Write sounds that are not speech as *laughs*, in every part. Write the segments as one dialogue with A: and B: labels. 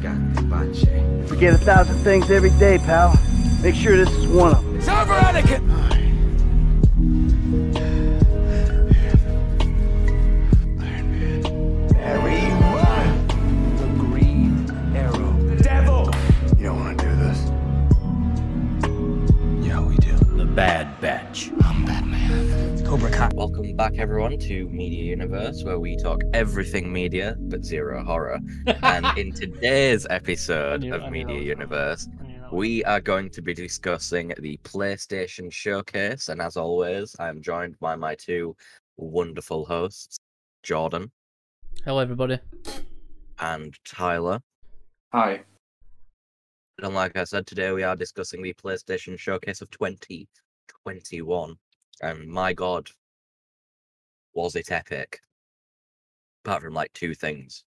A: We get a thousand things every day, pal. Make sure this is one of them.
B: You don't want to do this.
C: The Bad Batch.
B: I'm Batman.
C: Cobra Kai. Welcome back, everyone, to Media Universe, where we talk everything media but zero horror. and
D: *laughs*
C: in today's episode
D: knew- I
C: of
D: knew that
C: Media
D: was coming.
C: Universe, we are going to be discussing the PlayStation Showcase. And as always, I'm joined by my two wonderful hosts, Jordan
D: Hello, everybody.
C: and Tyler.
E: Hi.
C: And like I said, today we are discussing the PlayStation Showcase of 2021. And my god, was it epic? Apart from like two things.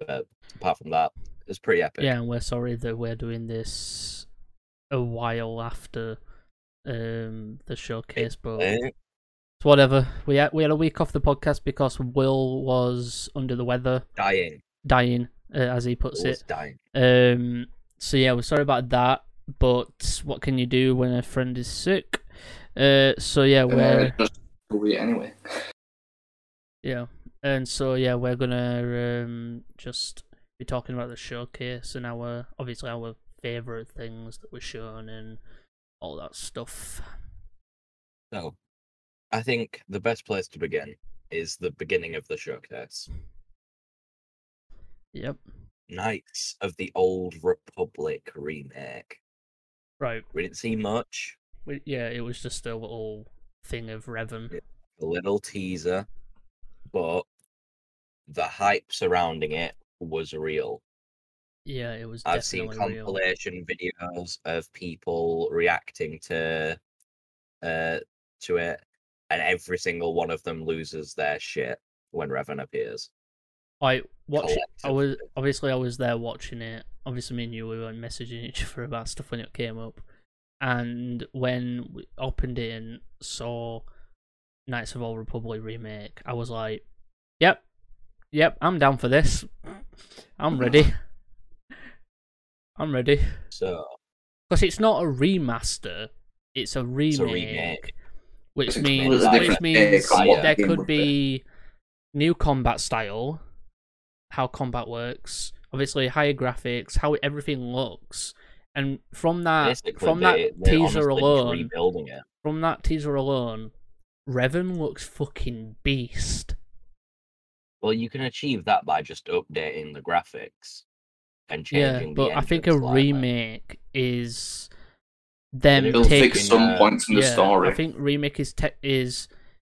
C: But apart from that, it's pretty epic.
D: Yeah, and we're sorry that we're doing this a while after um, the showcase, but
C: Eh?
D: it's whatever. We had we had a week off the podcast because Will was under the weather,
C: Dying.
D: dying, uh, as he puts
C: Always
D: it.
C: dying.
D: Um, so yeah, we're sorry about that, but what can you do when a friend is sick? Uh, so yeah, we're
C: *laughs*
E: Uh, just we anyway.
D: Yeah, and so yeah, we're gonna um, just be talking about the showcase and our obviously our favorite things that were shown and all that stuff.
C: So I think the best place to begin is the beginning of the showcase.
D: Yep.
C: Knights of the Old Republic remake.
D: Right.
C: We didn't see much.
D: We, yeah, it was just a little thing of Revan.
C: Yeah. a little teaser, but the hype surrounding it was real.
D: Yeah, it was.
C: I've seen
D: definitely real.
C: compilation videos of people reacting to uh to it, and every single one of them loses their shit when Revan appears.
D: I watch. I
C: collective.
D: was obviously I was there watching it. Obviously, me and you we were messaging each other about stuff when it came up, and when we opened it and saw Knights of Old Republic remake, I was like, "Yep, yep, I'm down for this. I'm ready. I'm ready."
C: So
D: Because it's not a remaster; it's a remake,
C: a remake.
D: which
E: It's a
D: means
E: completely
D: which
E: different
D: means
E: take on what
D: there
E: the game
D: could
E: would
D: be new combat style, how combat works, obviously higher graphics, how everything looks, and from that
C: basically,
D: Uh, from
C: they-
D: that
C: they're
D: teaser
C: honestly just
D: alone,
C: rebuilding it.
D: from that teaser alone, Revan looks fucking beast.
C: Well, you can achieve that by just updating the graphics and changing.
D: yeah,
C: the
D: but I think a
C: engine slightly.
D: remake is them
C: It'll
E: It'll
D: taking
E: fix some
C: uh,
E: points in the
D: yeah,
E: story.
D: I think remake is te- is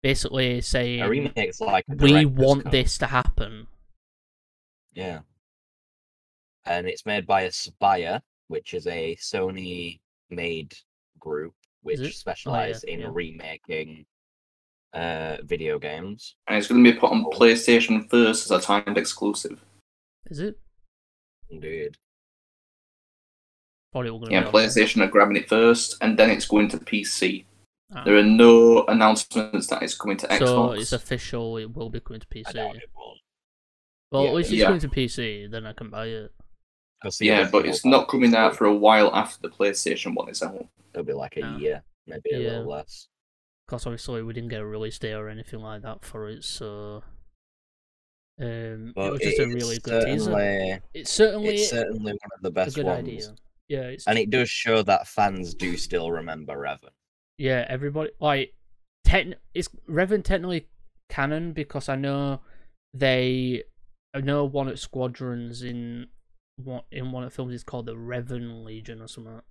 D: basically saying
C: A remake's like a
D: we
C: director's
D: want
C: cut.
D: this to happen.
C: Yeah. And it's made by Aspire, which is a Sony made group
D: it? Oh, yeah,
C: which specialize in
D: yeah.
C: remaking uh video games.
E: and it's going to be put on PlayStation first as a timed exclusive.
D: Is it?
C: Indeed.
D: Probably all gonna
E: Yeah,
D: be on-
E: PlayStation are grabbing it first, and then it's going to PC.
D: Ah.
E: There are no announcements that it's coming to
D: So
E: Xbox.
D: it's official. It will be coming to PC.
C: I doubt it will.
D: Well,
C: Yeah.
D: if it's
E: Yeah.
D: going to PC, then I can buy it.
C: 'Cause the
E: yeah, but
C: original
E: it's
C: one
E: not coming out
C: will-
E: for a while after the PlayStation one is out.
C: It'll be like a
D: Ah.
C: year, maybe a
D: Yeah.
C: little less.
D: Because obviously we didn't get a release date or anything like that for it. So um, it
C: But
D: was just a
C: it is
D: really good teaser.
C: certainly,
D: It's certainly
C: It's certainly one of the
D: a
C: best
D: good
C: ones.
D: idea. Yeah, it's
C: And it does show that fans do still remember Revan.
D: yeah. Everybody like techn. It's Revan technically canon because I know they. I know one at Squadrons in what in one of the films is called the Revan Legion or something.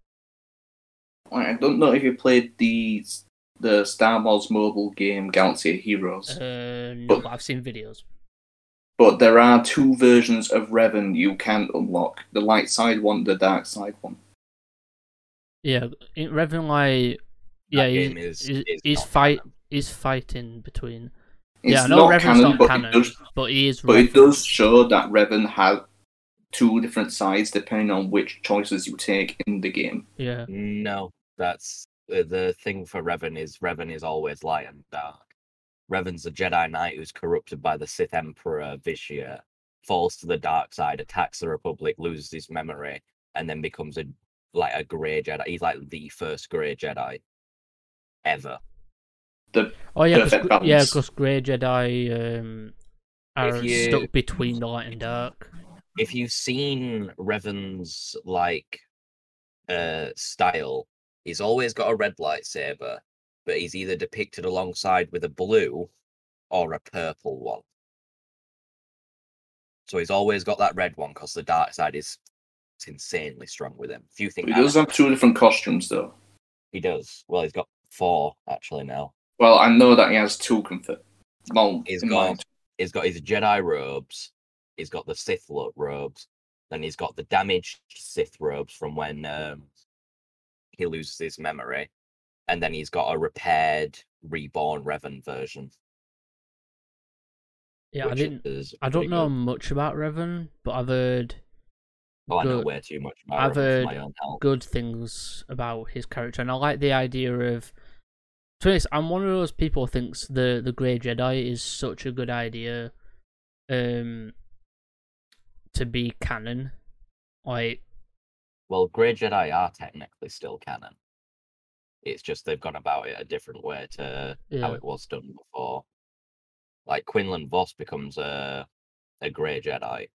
E: Like, I don't know if you played the the Star Wars mobile game Galaxy of Heroes,
D: Uh, no, but I've seen videos.
E: but there are two versions of Revan you can unlock: the light side one, the dark side one.
D: Yeah, in Revan like yeah,
C: That
D: he's,
C: game is-
D: he's,
C: is
D: he's
C: not
D: fight
C: canon.
D: he's fighting between.
E: It's
D: yeah, I know
E: not
D: Revan's
E: canon,
D: not
E: but
D: canon,
E: it does
D: but he is.
E: But it
D: Revan.
E: does show that Revan had two different sides depending on which choices you take in the game.
D: Yeah,
C: No, that's uh, the thing for Revan is Revan is always light and dark. Revan's a Jedi Knight who's corrupted by the Sith Emperor Vishya, falls to the dark side, attacks the Republic, loses his memory, and then becomes a like a Grey Jedi. He's like the first Grey Jedi ever.
D: Oh yeah, 'cause
E: Perfect
D: gr- yeah,
E: balance.
D: because Grey Jedi um, are
C: If you-
D: stuck between the light and dark.
C: If you've seen Revan's like uh style, he's always got a red lightsaber, but he's either depicted alongside with a blue or a purple one. So he's always got that red one because the dark side is it's insanely strong with him. Few
E: But
C: think
E: he does have two different costumes, though.
C: He does. Well, he's got four actually now.
E: Well, I know that he has two confirmed. Well,
C: He's
E: in
C: got-
E: mind.
C: He's got his Jedi robes. He's got the Sith lo- robes. Then he's got the damaged Sith robes from when um, he loses his memory, and then he's got a repaired, reborn Revan version.
D: Yeah, I
C: which
D: didn't.
C: is
D: I don't
C: pretty
D: know
C: good.
D: much about Revan, but I've heard
C: Oh, I know
D: good-
C: way too much. About
D: I've
C: Revan for
D: heard
C: my own health.
D: good things about his character, and I like the idea of. To be honest, I'm one of those people who thinks the the Grey Jedi is such a good idea, um, to be canon. Like,
C: Well, Grey Jedi are technically still canon. It's just they've gone about it a different way to how
D: Yeah.
C: it was done before. Like Quinlan Voss becomes a a Grey Jedi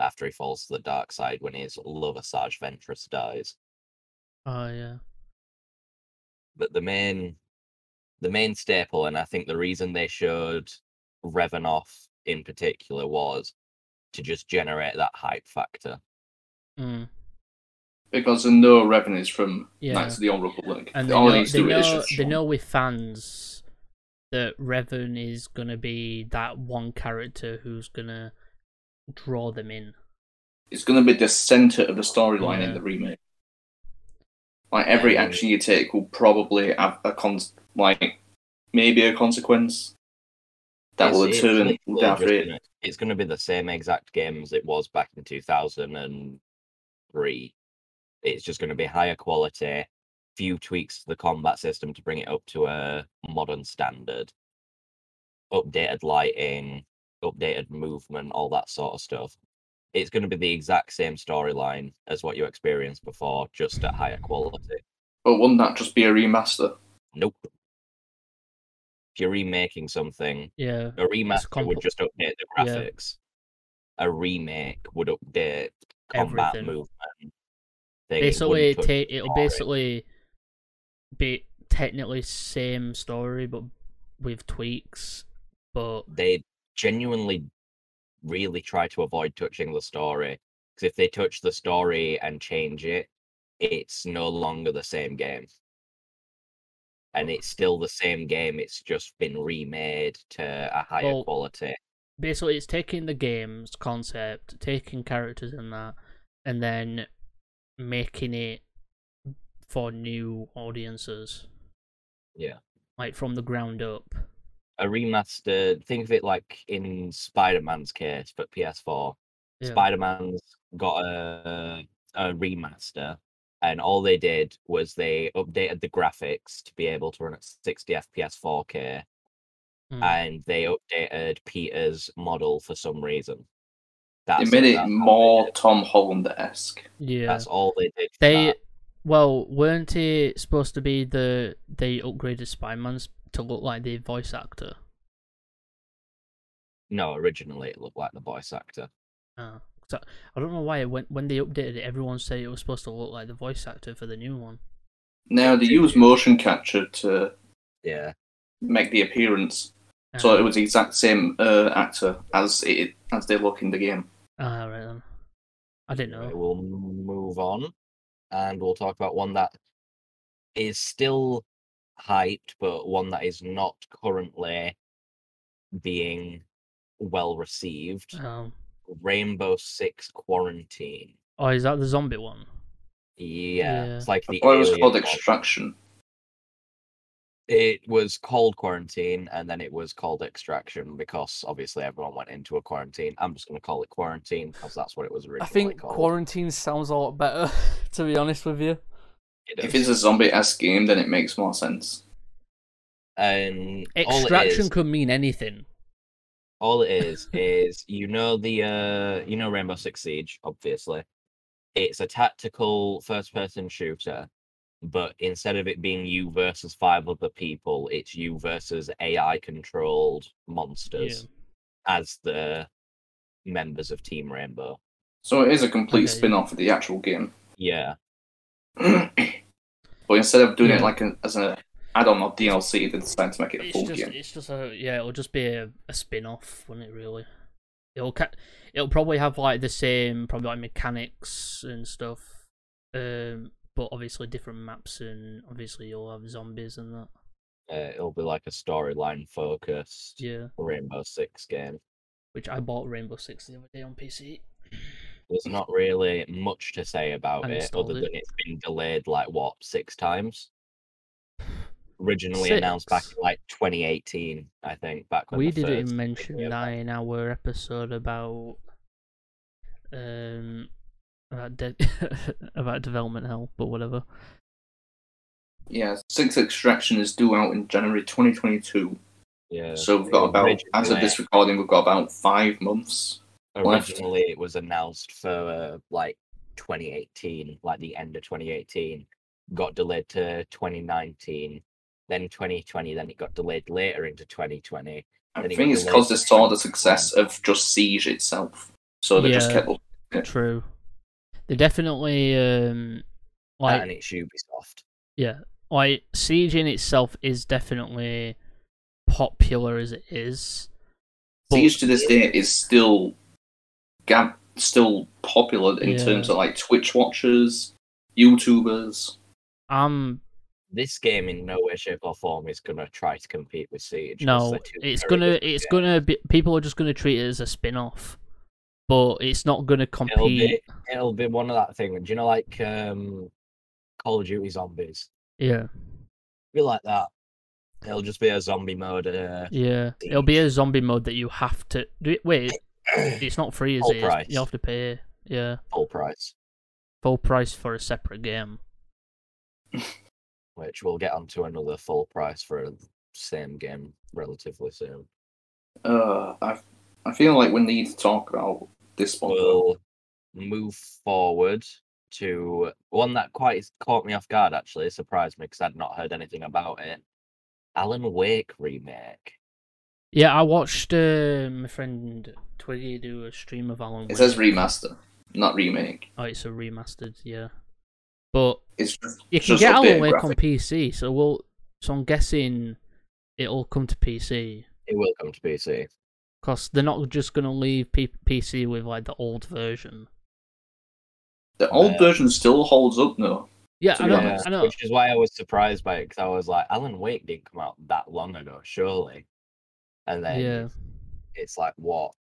C: after he falls to the dark side when his lover Sarge Ventress dies.
D: oh yeah,
C: But the main the main staple, and I think the reason they showed Revan off in particular was to just generate that hype factor.
D: mm,
E: Because there are no revenues from
D: yeah.
E: Knights of the Old Republic.
D: and they
E: All he
D: know,
E: needs
D: they,
E: to do is
D: know,
E: just
D: they know with fans that Revan is gonna be that one character who's gonna draw them in.
E: it's going to be the center of the storyline in
D: Yeah.
E: the remake. Like every
C: Yeah.
E: action you take will probably have a con, like maybe a consequence that will
C: It's- it's
E: turn
C: literally
E: after
C: just
E: it.
C: gonna- It's going to be the same exact game as it was back in 2003. It's just going to be higher quality, few tweaks to the combat system to bring it up to a modern standard, updated lighting, updated movement, all that sort of stuff. It's going to be the exact same storyline as what you experienced before, just at higher quality.
E: But wouldn't that just be a remaster?
C: Nope. If you're remaking something,
D: Yeah,
C: a remaster would
D: compl-
C: just update the
D: yeah.
C: graphics. A remake would update combat
D: Everything.
C: movement. thing. It
D: basically
C: wouldn't touch
D: ta- it'll
C: story.
D: basically be technically same story but with tweaks but
C: They genuinely really try to avoid touching the story because if they touch the story and change it, it's no longer the same game. And it's still the same game. It's just been remade to a higher
D: Well,
C: quality.
D: basically it's taking the game's concept taking characters in that and then making it for new audiences
C: Yeah.
D: like from the ground up
C: A remaster. Think of it like in Spider-Man's case, but PS4.
D: yeah.
C: Spider Man's got a, a remaster, and all they did was they updated the graphics to be able to run at 60 FPS 4K,
D: Mm.
C: and they updated Peter's model for some reason. That's
E: It made
C: that's
E: it
C: all they
E: more
C: did.
E: Tom Holland esque.
D: yeah
C: That's all they did. for
D: They
C: that.
D: well weren't it supposed to be the they upgraded Spider-Man's to look like the voice actor.
C: no, originally it looked like the voice actor.
D: Oh. So, I don't know why when when they updated it, everyone said it was supposed to look like the voice actor for the new one.
E: Now they use motion capture to
C: Yeah,
E: make the appearance, so
D: Ah.
E: it was the exact same uh, actor as it as they look in the game.
D: Ah, right then. I didn't
C: anyway,
D: know.
C: we'll move on, and we'll talk about one that is still hyped, but one that is not currently being well received.
D: Um,
C: Rainbow Six Quarantine.
D: oh, is that the zombie one?
C: Yeah,
D: Yeah.
C: it's like the.
E: Or it was
C: alien
E: called
C: one.
E: Extraction.
C: It was called Quarantine, and then it was called Extraction because obviously everyone went into a quarantine. I'm just going to call it Quarantine because that's what it was
F: I
C: originally
F: think
C: called.
F: quarantine sounds a lot better, *laughs* to be honest with you.
C: It
E: If
C: is.
E: it's a zombie esque game, then it makes more sense.
C: and all it is-
D: Extraction could mean anything.
C: All it is is you know the uh you know Rainbow Six Siege, obviously. It's a tactical first person shooter, but instead of it being you versus five other people, it's you versus AI controlled monsters as the members of Team Rainbow.
E: So it is a complete
D: Okay, yeah.
E: spin off of the actual game. *clears throat*
C: Yeah.
E: but instead of doing it
D: Yeah.
E: like an, as an add on or DLC, they decided to make it a full
D: It's just,
E: game.
D: it's just a yeah. It'll just be a, a spin-off, wouldn't it? Really, it'll ca- it'll probably have like the same probably like mechanics and stuff, um, but obviously different maps and obviously you'll have zombies and that.
C: Uh, it'll be like a storyline focused
D: Yeah,
C: Rainbow Six game.
D: which I bought Rainbow Six the other day on PC.
C: There's not really much to say about
D: I
C: it
D: installed
C: other
D: it.
C: than it's been delayed like what six times. Originally announced back
D: Six.
C: in like 2018, I think. Back when
D: we
C: the
D: didn't
C: first
D: even mention
C: video
D: that
C: came
D: in our episode about um about de- *laughs* about development hell, but whatever.
E: Yeah, Six Extraction is due out in January 2022.
C: Yeah.
E: so we've got about, as of
C: originally-
E: this recording, we've got about five months. left.
C: originally it was announced for uh, like 2018 like the end of 2018 got delayed to 2019 then 2020 then it got delayed later into 2020
E: I
C: Then it
E: think
C: got
E: it's because they
C: delayed.
E: saw the success of just Siege itself. So they just
D: Yeah.
E: kept. Yeah.
D: True. They definitely um like
C: and it's ubisoft
D: yeah, like Siege in itself is definitely popular as it is. But-
E: Siege to this day is still gab, still popular in
D: Yeah.
E: terms of like Twitch watchers, YouTubers.
D: I'm
C: this game in no way shape or form is going to try to compete with siege 'cause
D: no,
C: they're two
D: it's
C: very
D: gonna
C: different
D: it's
C: games.
D: gonna be people are just gonna treat it as a spin-off, but it's not gonna
C: it'll
D: compete.
C: be it'll be one of that thing do you know like um call of duty zombies
D: Yeah,
C: be like that it'll just be a zombie mode uh,
D: yeah. It'll be a zombie mode that you have to do. It, wait, it's not free, is
C: Full
D: it? It's-
C: price.
D: You have to pay. Yeah,
C: full price
D: full price for a separate game.
C: which we'll get onto another full price for the same game relatively soon.
E: Uh, I I feel like we need to talk about this one.
C: We'll move forward to one that quite s- caught me off guard actually, surprised me because I'd not heard anything about it. Alan Wake remake.
D: Yeah, I watched uh, my friend Twiggy do a stream of Alan.
E: It says
D: Wake.
E: remaster, not remake.
D: Oh, it's a remastered. Yeah, but
E: It's just,
D: you
E: it's
D: can
E: just
D: get Alan
E: updated
D: Wake on
E: graphic.
D: PC. So we'll. So I'm guessing it'll come to PC
C: It will come to PC.
D: because they're not just gonna leave P- PC with like the old version.
E: The old
C: Yeah.
E: version still holds up, though.
D: Yeah,
E: To
D: I
E: be
D: know.
E: honest,
D: I know.
C: Which is why I was surprised by it because I was like, Alan Wake didn't come out that long ago, surely. And then
D: Yeah,
C: it's like, what?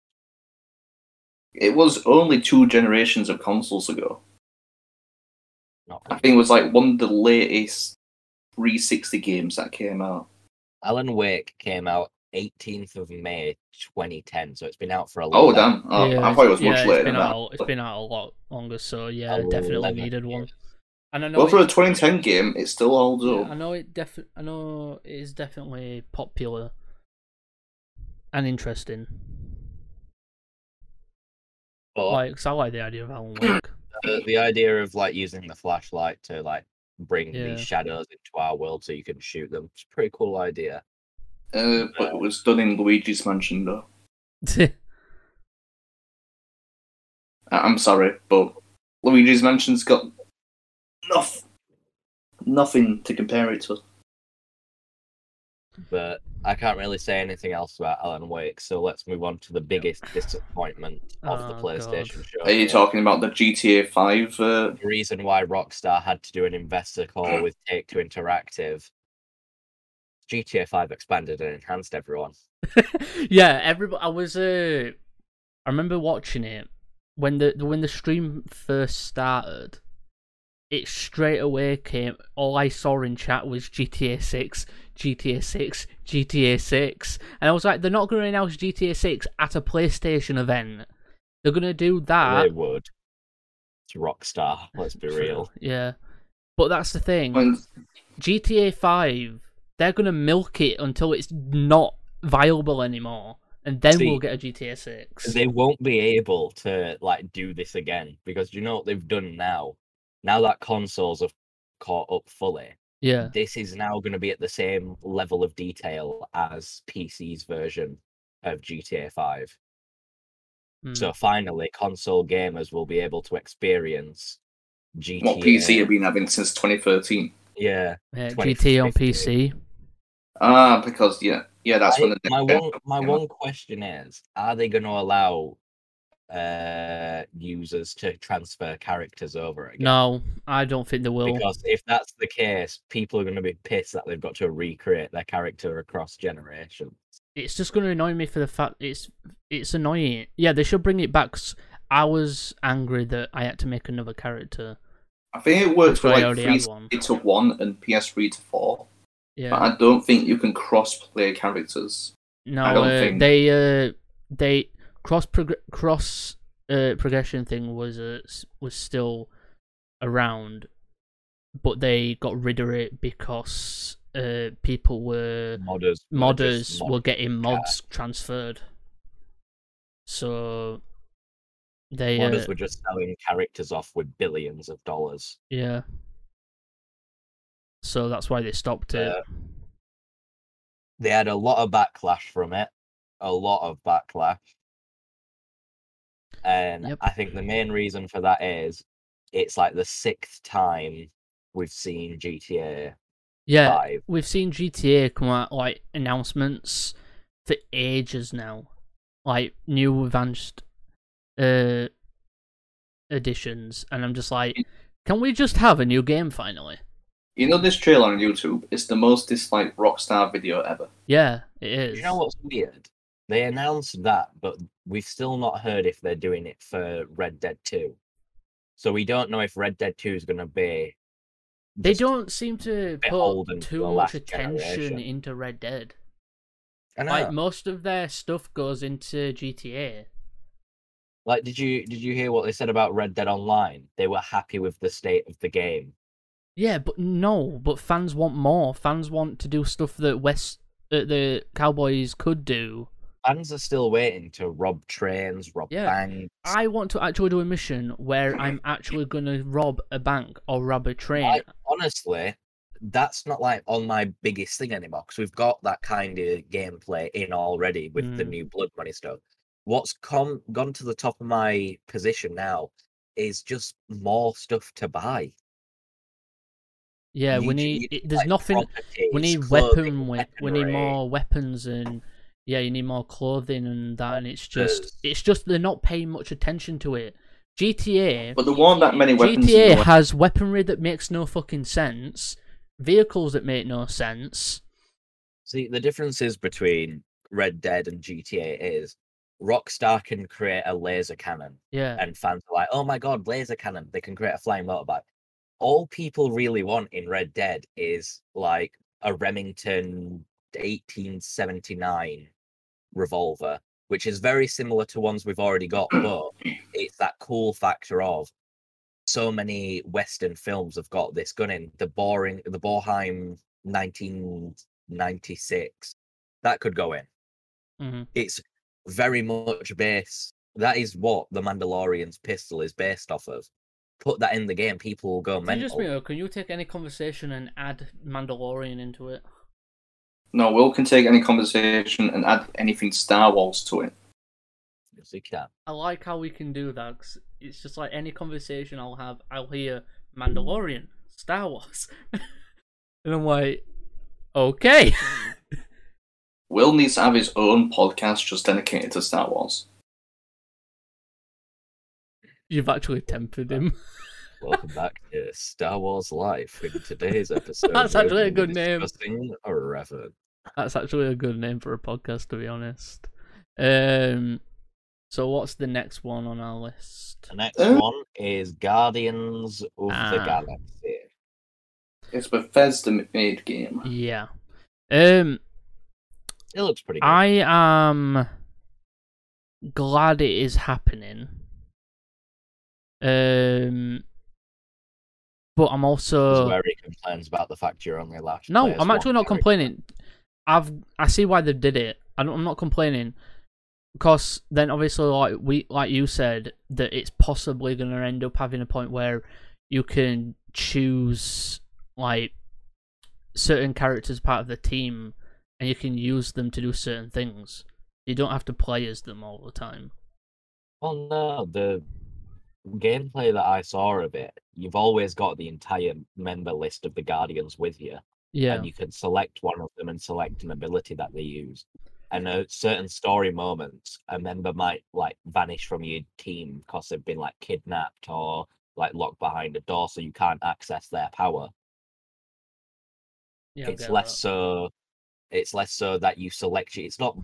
E: It was only two generations of consoles ago.
C: Not
E: I think it was like one of the latest 360 games that came out.
C: *laughs* Alan Wake came out 18th of May 2010, so it's been out for a
E: Oh
C: long
E: damn! Oh,
D: yeah,
E: I thought it was much
D: yeah,
E: later
D: It's been,
E: than
D: out,
E: that.
D: it's been out a lot longer, so yeah,
C: Oh,
D: definitely
C: eleven
D: needed one.
C: years.
D: And I know
E: well, for
D: it-
E: a 2010 game, it still holds
D: Yeah,
E: up.
D: I know it defi- I know it is definitely popular and interesting.
C: But
D: Like, 'cause I like the idea of Alan Wake.
C: the, the idea of like using the flashlight to like bring
D: Yeah.
C: these shadows into our world so you can shoot them, it's a pretty cool idea.
E: Uh, but it was done in Luigi's Mansion, though.
D: *laughs*
E: I- I'm sorry, but Luigi's Mansion's got nothing, nothing to compare it to.
C: But I can't really say anything else about Alan Wake, so let's move on to the biggest disappointment of the
D: Oh,
C: PlayStation show.
E: Are you talking about the GTA 5? Uh,
C: the reason why Rockstar had to do an investor
E: *clears throat*
C: call with Take Two Interactive? GTA 5 expanded and enhanced everyone.
D: *laughs* yeah, everybody. I was. Uh, I remember watching it when the when the stream first started. It straight away came. All I saw in chat was GTA Six, GTA Six, GTA Six, and I was like, they're not going to announce GTA Six at a PlayStation event. They're going to do that.
C: they would. It's Rockstar. Let's be
D: Ah. True,
C: real.
D: Yeah, but that's the thing.
E: when-
D: GTA Five, they're gonna milk it until it's not viable anymore, and then we'll
C: See,
D: get a GTA Six.
C: They won't be able to like do this again because you know what they've done now. Now that consoles have caught up fully,
D: yeah,
C: this is now going to be at the same level of detail as PC's version of GTA 5.
D: mm,
C: So finally, console gamers will be able to experience GTA.
E: What PC have been having since 2013?
C: Yeah.
D: yeah,
C: 20,
D: GTA on
C: 50.
D: PC.
E: Ah, because yeah, yeah, that's when
C: I-
E: the next
C: my
E: gen
C: one my
E: came
C: one question is: Are they going to allow uh, users to transfer characters over again?
D: No, I don't think they will.
C: Because if that's the case, people are going to be pissed that they've got to recreate their character across generations.
D: it's just going to annoy me for the fact it's it's annoying. Yeah, they should bring it back. 'cause I was angry that I had to make another character.
E: I think it
D: That's
E: worked for
D: why I
E: like
D: already
E: three
D: had one.
E: to one and PS3 to four, but
D: Yeah,
E: I don't think you can cross-play characters.
D: no,
E: I don't
D: uh,
E: think-
D: they uh, they cross prog- cross uh, progression thing was uh, s- was still around, but they got rid of it because uh, people were
C: Modders, were
D: modders
C: just
D: were
C: mod-
D: getting mods transferred, so they uh,
C: modders were just selling characters off with billions of dollars.
D: Yeah. So that's why they stopped it.
C: Yeah. They had a lot of backlash from it, a lot of backlash, and
D: Yep.
C: I think the main reason for that is it's like the sixth time we've seen GTA
D: Yeah,
C: Five.
D: we've seen GTA come out like announcements for ages now, like new advanced uh editions, and I'm just like, can we just have a new game finally?
E: You know this trailer on YouTube is the most disliked Rockstar video ever.
D: Yeah, it is.
C: You know what's weird? They announced that, but we've still not heard if they're doing it for Red Dead Two. So we don't know if Red Dead Two is going to be.
D: They
C: just-
D: don't seem to
C: beholden
D: put
C: to
D: too
C: the
D: much
C: last
D: attention
C: generation.
D: into Red Dead.
C: I know.
D: Like most of their stuff goes into GTA.
C: Like, did you did you hear what they said about Red Dead Online? They were happy with the state of the game.
D: Yeah, but no, but fans want more. Fans want to do stuff that West that the Cowboys could do.
C: Fans are still waiting to rob trains, rob
D: Yeah.
C: banks.
D: I want to actually do a mission where I'm actually gonna rob a bank or rob a train.
C: Like, honestly, that's not like on my biggest thing anymore because we've got that kind of gameplay in already with the
D: Mm.
C: new Blood Money stuff. What's come gone to the top of my position now is just more stuff to buy.
D: yeah,
C: You
D: we
C: ju-
D: need.
C: you
D: it- there's
C: like,
D: nothing. We
C: properties,
D: need
C: clothing,
D: weapon. We, we need
C: weaponry.
D: more weapons and yeah, you need more clothing and that. And it's just
C: Yes.
D: it's just they're not paying much attention to it. GTA
E: But there weren't that many weapons. in the
D: GTA
E: way.
D: has weaponry that makes no fucking sense, vehicles that make no sense.
C: See, the differences between Red Dead and GTA is Rockstar can create a laser cannon,
D: Yeah,
C: and fans are like, oh my god, laser cannon. They can create a flying motorbike. All people really want in Red Dead is like a Remington 1879 revolver, which is very similar to ones we've already got, but it's that cool factor of so many Western films have got this gun in the boring, the Borheim 1996. That could go in
D: mhm,
C: it's very much based. That is what the Mandalorian's pistol is based off of. Put that in the game, people will go
D: Can you
C: mental.
D: just Mio, can you take any conversation and add Mandalorian into it?
E: No, Will can take any conversation and add anything Star Wars to it.
C: Yes, you can.
D: I like how we can do that. 'cause it's just like any conversation I'll have, I'll hear Mandalorian, Star Wars, *laughs* and I'm like, okay, *laughs*
E: Will needs to have his own podcast just dedicated to Star Wars.
D: you've actually tempered him. *laughs*
C: Welcome back to Star Wars Life. In today's
D: *laughs*
C: episode,
D: That's
C: we're
D: actually a
C: gonna be
D: good name.
C: discussing Revan.
D: That's actually a good name for a podcast, to be honest. Um, so what's the next one on our list?
C: The next
E: Uh.
C: one is Guardians of the
D: Ah.
C: Galaxy.
E: It's Bethesda made game.
D: Yeah. Um,
C: It looks pretty. Good.
D: I am glad it is happening. Um, but I'm
C: This is
D: also
C: where he complains about the fact you're only allowed. to
D: uh, no,
C: play as
D: I'm
C: one
D: actually not
C: character.
D: complaining. I've I see why they did it. I don't, I'm not complaining. because then obviously like we like you said that it's possibly going to end up having a point where you can choose like certain characters part of the team and you can use them to do certain things you don't have to play as them all the time
C: Well, no, the gameplay that I saw of it, you've always got the entire member list of the Guardians with you,
D: yeah
C: and you can select one of them and select an ability that they use. And at certain story moments, a member might like vanish from your team because they've been like kidnapped or like locked behind a door, so you can't access their power.
D: yeah uh I
C: it's
D: get
C: less
D: that.
C: so it's less so that you select it. it's not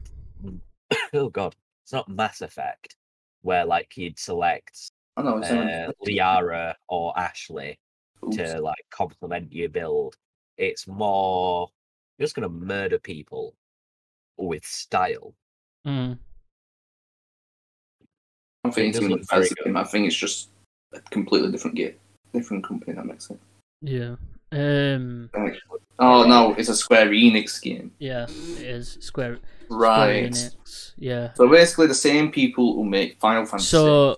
C: *coughs* oh god it's not mass effect where like you'd select
E: I know. It's
C: uh, liara or ashley
E: Oops.
C: to like complement your build it's more you're just going to murder people with style
D: Mm.
E: I don't
C: it
E: think it's
C: does
E: even
C: look very
E: as
C: good.
E: I think it's just a completely different game, different company. That makes sense.
D: yeah um
E: Like, Oh no, it's a Square Enix game,
D: yeah it is square Square
E: right?
D: Enix, yeah
E: So basically, the same people who make Final Fantasy
D: so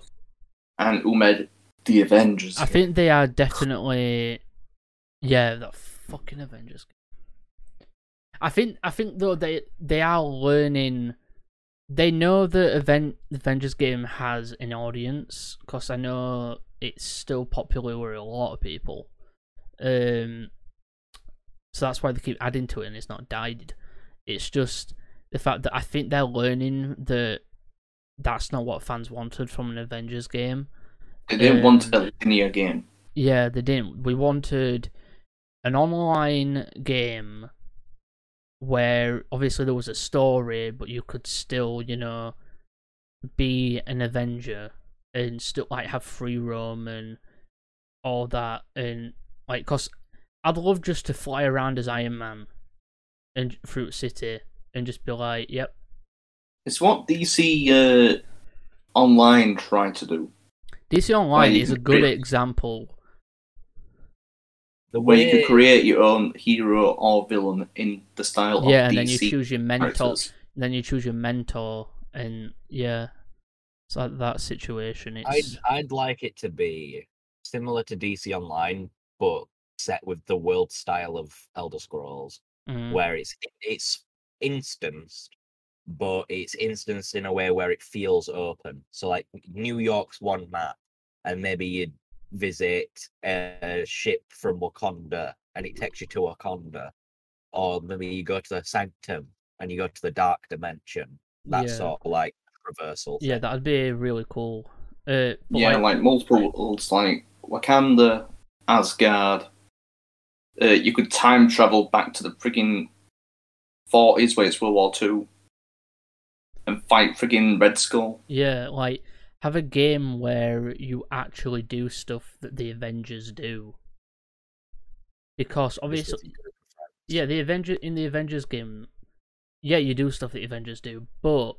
E: and who made the Avengers.
D: I think they are definitely, yeah, the fucking Avengers. I think I think though they they are learning. They know the event Avengers game has an audience because I know it's still popular with a lot of people. Um, so that's why they keep adding to it, and it's not died. It's just the fact that I think they're learning that that's not what fans wanted from an Avengers game.
E: they didn't want
D: um,
E: a linear game.
D: Yeah, they didn't. We wanted an online game where obviously there was a story, but you could still, you know, be an Avenger and still like have free roam and all that. And like, cause I'd love just to fly around as Iron Man and through city and just be like, yep,
E: It's what DC uh, Online tried to do.
D: DC Online
E: you
D: is a
E: can
D: good
E: create-
D: example.
C: the
E: where you
C: way
E: can create your own hero or villain in the style
D: Yeah,
E: of
D: and
E: DC
D: then you choose your mentor.
E: characters.
D: then you choose your mentor, and yeah, it's like that situation.
C: I'd,
D: It's
C: I'd like it to be similar to dc online but set with the world style of elder scrolls
D: mm,
C: where it's it's instanced, but it's instanced in a way where it feels open. So like New York's one map, and maybe you visit a ship from Wakanda, and it takes you to Wakanda, or maybe you go to the Sanctum and you go to the Dark Dimension. That
D: yeah,
C: sort of like traversal.
D: yeah,
C: thing.
D: that'd be really cool. Uh, but
E: Yeah,
D: like,
E: like multiple worlds, like Wakanda, Asgard. Uh, you could time travel back to the friggin' forties, where it's World War Two, and fight friggin' Red Skull.
D: yeah, like have a game where you actually do stuff that the Avengers do, because
C: This
D: obviously,
C: is-
D: yeah, the Avenger in the Avengers game, yeah, you do stuff that Avengers do, but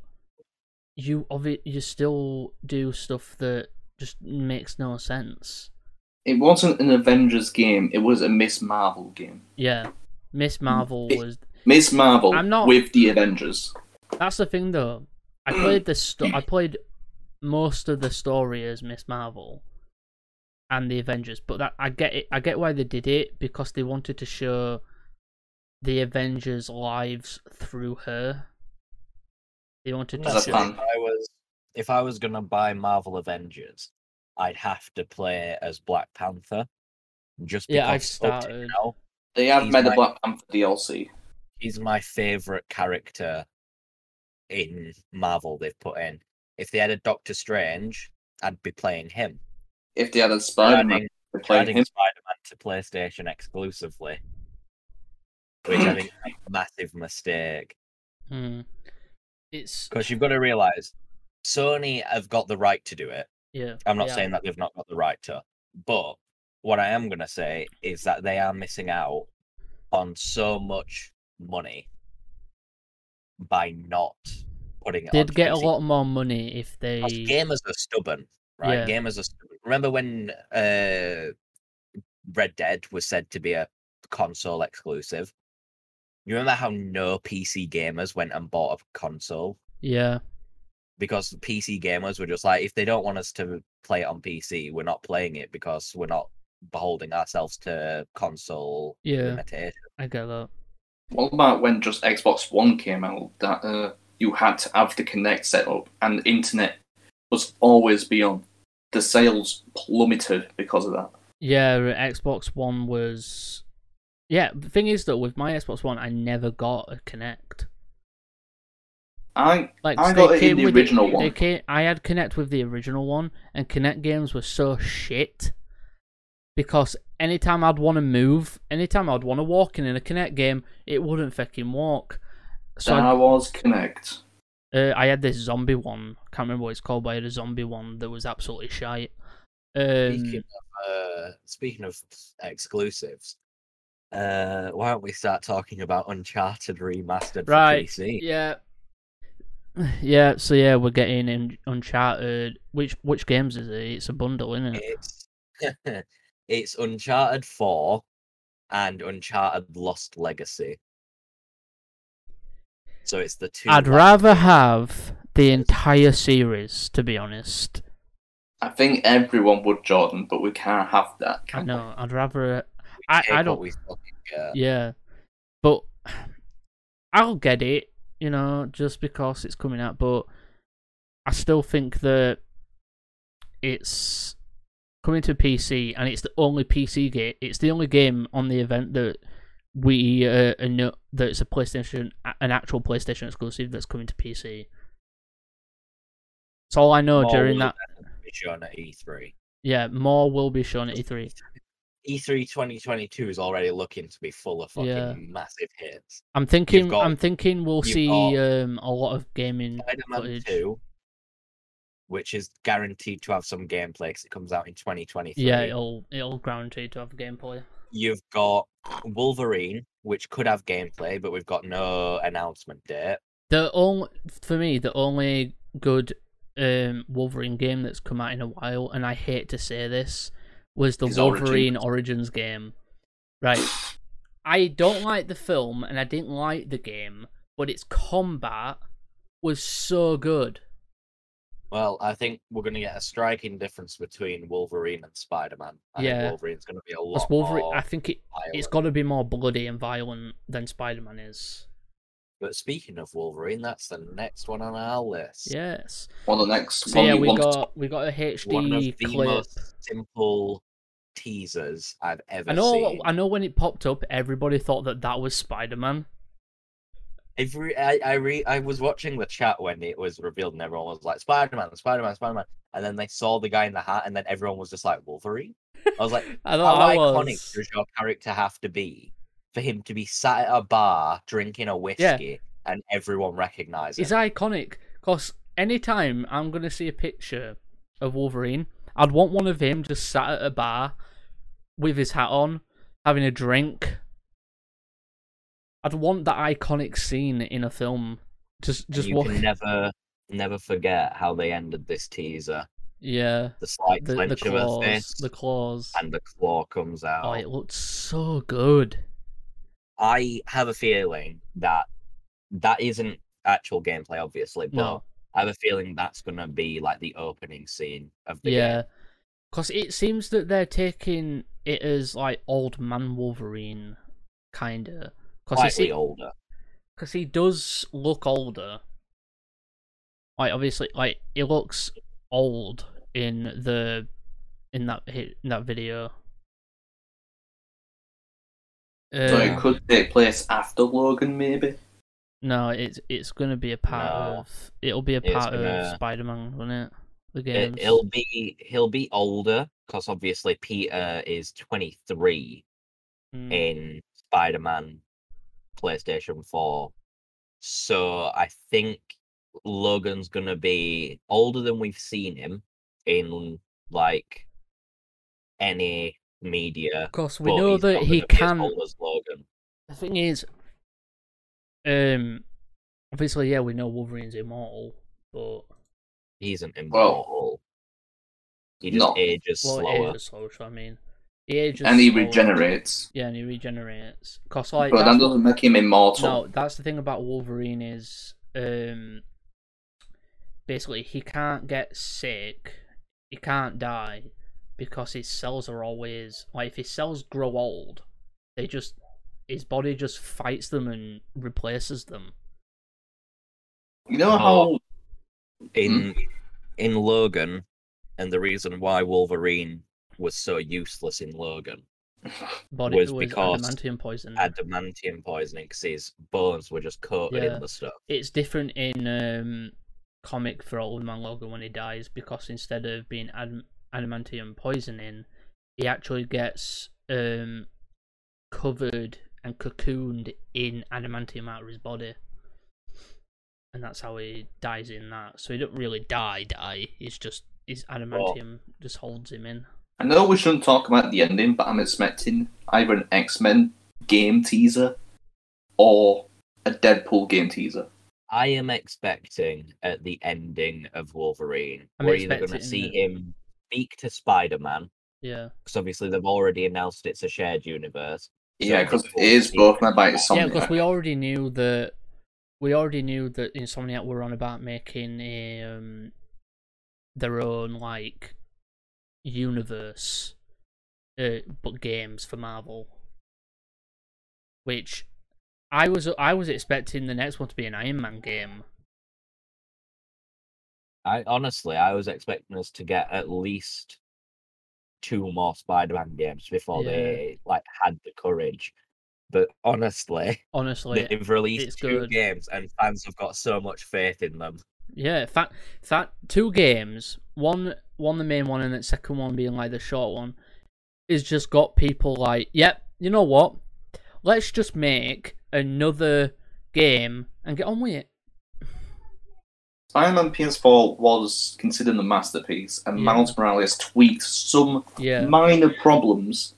D: you obvi- you still do stuff that just makes no sense.
E: It wasn't an Avengers game; it was a Miss Marvel game.
D: Yeah,
C: Mm,
D: Miss Marvel
E: it-
D: was.
E: Miss Marvel
D: I'm not-
E: with the Avengers.
D: That's the thing, though. I played the sto- I played most of the story as Miss Marvel and the Avengers, but that I get it. I get why they did it because they wanted to show the Avengers' lives through her. They wanted to
C: That's
E: That's a
C: it.
D: show.
E: fun.
C: If I was if I was gonna buy Marvel Avengers, I'd have to play as Black Panther. Just because
D: Yeah, I've
C: up to
D: started.
C: now,
E: They have
C: He's
E: made a
C: my-
E: Black Panther DLC.
C: he's my favorite character in Marvel they've put in. If they had a Doctor Strange, I'd be playing him.
E: If they had a
C: They're
E: Spider Man,
C: adding,
E: they're
C: they're
E: playing
C: adding
E: him.
C: Spider-Man to PlayStation exclusively, which I think is a massive mistake.
D: Hmm. It's
C: Because you've got to realize Sony have got the right to do it.
D: yeah.
C: I'm not
D: yeah.
C: saying that they've not got the right to, but what I am going to say is that they are missing out on so much money by not putting it.
D: They'd
C: onto
D: get a
C: PC.
D: lot more money if
C: 'Cause
D: they.
C: Gamers are stubborn,
D: Yeah.
C: right? Gamers are stubborn. Remember when uh, Red Dead was said to be a console exclusive? You remember how no PC gamers went and bought a console?
D: Yeah.
C: because PC gamers were just like, if they don't want us to play it on PC, we're not playing it because we're not beholding ourselves to console
D: Yeah,
C: limitations.
D: I get that.
E: What about when just Xbox One came out that uh, you had to have the Kinect set up and the internet was always be on? The sales plummeted because of that.
D: Yeah, Xbox One was. Yeah, the thing is though, with my Xbox One, I never got a Connect.
E: I
D: Like
E: I
D: so
E: got
D: they
E: it in
D: came
E: the
D: with
E: original
D: they
E: one.
D: came- I had Connect with the original one, and Connect games were so shit because anytime I'd want to move, anytime I'd want to walk in in a Connect game, it wouldn't fucking walk. So I
E: Star Wars Kinect.
D: Uh, I had this zombie one. Can't remember what it's called, but I had a zombie one that was absolutely shite. Um,
C: Speaking of, uh, speaking of exclusives, uh, why don't we start talking about Uncharted remastered for
D: Right,
C: PC?
D: yeah, yeah. So yeah, we're getting in Uncharted. Which which games is it? It's a bundle, isn't it?
C: It's *laughs* it's Uncharted Four and Uncharted Lost Legacy. So it's the two.
D: I'd
C: last
D: rather
C: games.
D: have the entire series, to be honest.
E: I think everyone would, Jordan, but we can't have that.
D: I
E: Can we?
D: know. I'd rather. I
C: Take
D: I
C: what
D: don't.
C: we uh, fucking get.
D: Yeah, but *sighs* I'll get it, you know, just because it's coming out. But I still think that it's coming to PC, and it's the only PC game. It's the only game on the event that we uh, are no- that's a PlayStation, an actual PlayStation exclusive that's coming to PC. It's all I know
C: More
D: during
C: will
D: that.
C: definitely be shown at E3.
D: Yeah, more will be shown at E E3.
C: E3 2022 is already looking to be full of fucking
D: Yeah.
C: massive hits.
D: I'm thinking.
C: got-
D: I'm thinking we'll
C: you've
D: see
C: got-
D: um, a lot of gaming
C: Spider-Man
D: footage.
C: 2, which is guaranteed to have some gameplay because it comes out in 2023.
D: Yeah, it'll it'll guarantee to have gameplay.
C: You've got Wolverine, which could have gameplay, but we've got no announcement date.
D: The only for me the only good um Wolverine game that's come out in a while, and I hate to say this, was the
E: Is Origin.
D: Wolverine Origins game. Right, I don't like the film, and I didn't like the game, but its combat was so good.
C: Well, I think we're going to get a striking difference between Wolverine and Spider-Man. I
D: Yeah.
C: think Wolverine's going to be a lot
D: Plus Wolverine,
C: more
D: I think it it's
C: violent.
D: got to be more bloody and violent than Spider Man is.
C: But speaking of Wolverine, that's the next one on our list.
D: Yes.
E: Well, the next
D: So
E: one
D: yeah,
E: you
D: we
E: want to
D: got we got a
C: One of
D: HD
C: the
D: clip.
C: most simple teasers I've ever
D: I know.
C: seen.
D: I know when it popped up, everybody thought that that was Spider Man.
C: Every I I, re, I was watching the chat when it was revealed, and everyone was like Spider Man, Spider Man, Spider Man, and then they saw the guy in the hat, and then everyone was just like Wolverine. I was like,
D: *laughs* I
C: how
D: thought that
C: iconic
D: was.
C: does your character have to be for him to be sat at a bar drinking a whiskey and everyone recognizes
D: It's
C: him?
D: iconic because anytime I'm gonna see a picture of Wolverine, I'd want one of him just sat at a bar with his hat on, having a drink. I'd want that iconic scene in a film. Just,
C: And
D: just
C: you
D: walk.
C: can never never forget how they ended this teaser.
D: *laughs* Yeah,
C: The slight
D: the the
C: clench of her
D: claws,
C: fist,
D: the claws.
C: and the claw comes out.
D: Oh, it looked so good.
C: I have a feeling that that isn't actual gameplay, obviously, but
D: No.
C: I have a feeling that's gonna be like the opening scene of the
D: Yeah.
C: game.
D: Because it seems that they're taking it as like old man Wolverine, kind of. Because
C: Slightly
D: he,
C: older.
D: 'cause he does look older. Like obviously, like he looks old in the in that hi- in that video.
E: So
D: Uh,
E: it could take place after Logan, maybe.
D: no, it's it's gonna be a part
C: No.
D: of it'll be a
C: It's
D: part of
C: gonna-
D: Spider-Man, won't it? The
C: It,
D: games.
C: he'll be he'll be older because obviously Peter is twenty three
D: Mm.
C: in Spider Man PlayStation Four, so I think Logan's gonna be older than we've seen him in like any media
D: Of course, we
C: but
D: know
C: he's
D: that
C: not
D: he
C: gonna be as
D: can.
C: old as Logan.
D: The thing is, um, obviously, yeah, we know Wolverine's immortal, but
C: He isn't
E: Well,
C: immortal. he just
E: not-
C: ages
D: well,
C: slower.
D: it ages slower. so I mean, he ages
E: and he
D: slower.
E: regenerates.
D: Yeah, and he regenerates. Cause like,
E: but
D: that's
E: that
D: what-
E: doesn't make him immortal.
D: no, that's the thing about Wolverine is, um, basically he can't get sick, he can't die because his cells are always like if his cells grow old, they just his body just fights them and replaces them.
E: You know how
D: Hmm?
C: in in Logan, and the reason why Wolverine was so useless in Logan,
D: Body
C: Was
D: was,
C: because
D: adamantium poison.
C: adamantium poisoning, 'cause his bones were just coated
D: Yeah.
C: in the stuff.
D: it's different in um comic for Old Man Logan when he dies because instead of being adam- adamantium poisoning, he actually gets um covered and cocooned in adamantium out of his body. And that's how he dies in that. So he don't really die die, he's just his adamantium just holds him in.
E: I know we shouldn't talk about the ending, but I'm expecting either an X Men game teaser or a Deadpool game teaser.
C: I am expecting at the ending of Wolverine,
D: I'm
C: we're either going to
D: expecting
C: see
D: that-
C: him speak to Spider Man,
D: Yeah.
C: because obviously they've already announced it's a shared universe. So
E: Yeah, because it
C: Deadpool
E: is
C: will be
E: both my bite is
D: Yeah,
E: something.
D: because we already knew that we already knew that Insomniac were on about making a, um, their own like universe, uh, but games for Marvel, which I was I was expecting the next one to be an Iron Man game.
C: I honestly, I was expecting us to get at least two more Spider-Man games before
D: Yeah.
C: they like had the courage. But honestly, *laughs*
D: Honestly,
C: they've released
D: it's
C: two
D: good.
C: games, and fans have got so much faith in them.
D: Yeah, that that two games, one one the main one and the second one being like the short one, is just got people like, yep, you know what? Let's just make another game and get on with it.
E: Iron Man PS4 was considered the masterpiece, and
D: Yeah.
E: Miles Morales tweaked some
D: Yeah,
E: minor problems,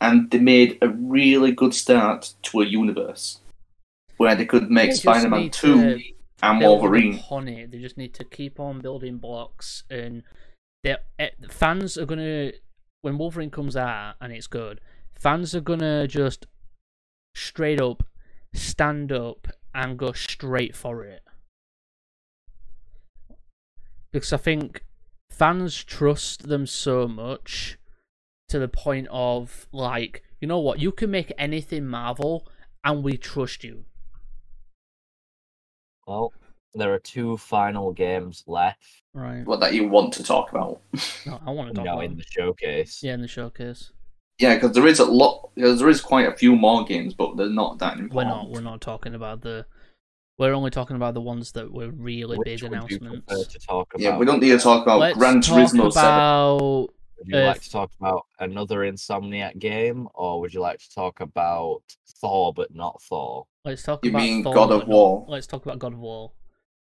E: and they made a really good start to a universe where they could
D: They
E: make
D: just
E: Spider Man
D: need
E: 2
D: to
E: and
D: build
E: Wolverine.
D: upon it. They just need to keep on building blocks, and the fans are gonna when Wolverine comes out and it's good, fans are gonna just straight up stand up and go straight for it. Because I think fans trust them so much to the point of like, you know what, you can make anything Marvel and we trust you.
C: Well, there are two final games left
D: Right.
E: What that you want to talk about?
D: No, I want to talk
C: now
D: about
C: in
D: it.
C: the showcase.
D: Yeah, in the showcase.
E: Yeah, because there is a lot. There is quite a few more games, but they're not that important.
D: We're not. We're not talking about the. We're only talking about the ones that were really
C: Which
D: big
C: would you prefer
D: announcements.
C: to talk about?
E: Yeah, we don't need to talk about
D: Let's
E: Gran
D: talk
E: Turismo
D: about.
C: Would you
D: uh,
C: like to talk about another Insomniac game, or would you like to talk about Thor but not Thor?
D: Let's talk
E: You
D: about.
E: mean
D: Thor,
E: God
D: but
E: of
D: not-
E: War?
D: Let's talk about God of War,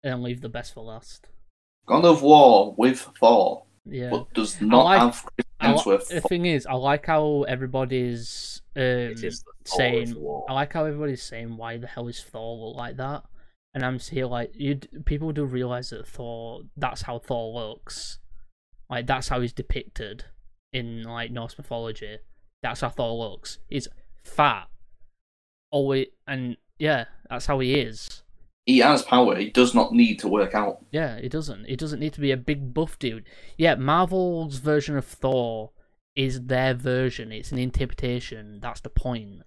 D: and then leave the best for last.
E: 7. God of War with Thor,
D: Yeah.
E: but does not
D: like-
E: have Chris
D: I li-
E: Hemsworth.
D: the thing is, I like how everybody's. Um,
C: It is the Thor
D: saying,
C: of War.
D: I like how everybody's saying, "Why the hell is Thor look like that?" And I'm just here like, you d- people do realize that Thor, that's how Thor looks, like that's how he's depicted in like Norse mythology. That's how Thor looks. He's fat, always, and yeah, that's how he is.
E: He has power. He does not need to work out.
D: Yeah, it doesn't. It doesn't need to be a big buff dude. Yeah, Marvel's version of Thor is their version. It's an interpretation. That's the point.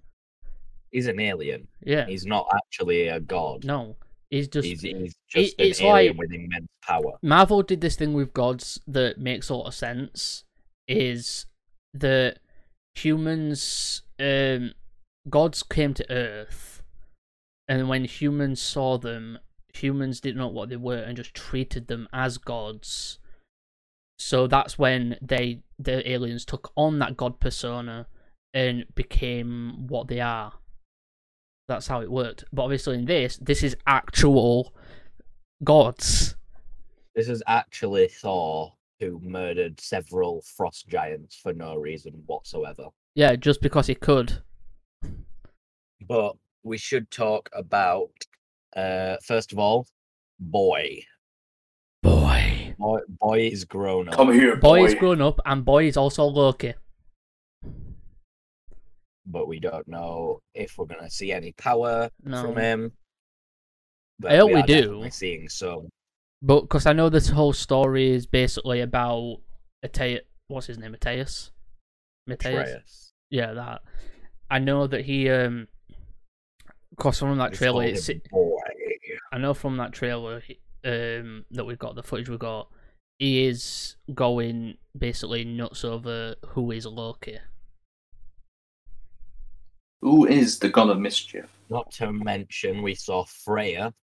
C: He's an alien.
D: Yeah.
C: He's not actually a god.
D: No, he's just
C: he's, he's
D: it-
C: just an
D: it's
C: alien
D: like-
C: with immense power.
D: Marvel did this thing with gods that makes a lot of sense. Is that humans, um, gods came to Earth, and when humans saw them, humans didn't know what they were and just treated them as gods. So that's when they the aliens took on that god persona and became what they are. That's how it worked. But obviously, in this, this is actual gods.
C: This is actually Thor who murdered several frost giants for no reason whatsoever.
D: Yeah, just because he could.
C: But we should talk about, uh, first of all, boy.
D: Boy.
C: Boy, boy is grown up.
E: Come here,
D: Boy
E: boy.
D: is grown up and boy is also Loki.
C: but we don't know if we're going to see any power
D: No.
C: from him.
D: hope
C: we
D: we
C: are definitely
D: do.
C: Seeing some.
D: But because I know this whole story is basically about Ateus. What's his name? Ateus. Mateus.
C: Atreus.
D: Yeah, that. I know that he. um Cause from that
C: Just
D: trailer,
C: call
D: it's,
C: him boy.
D: I know from that trailer he- um, that we've got, the footage we've got, he is going basically nuts over who is Loki.
E: Who is the god of mischief?
C: Not to mention, we saw Freya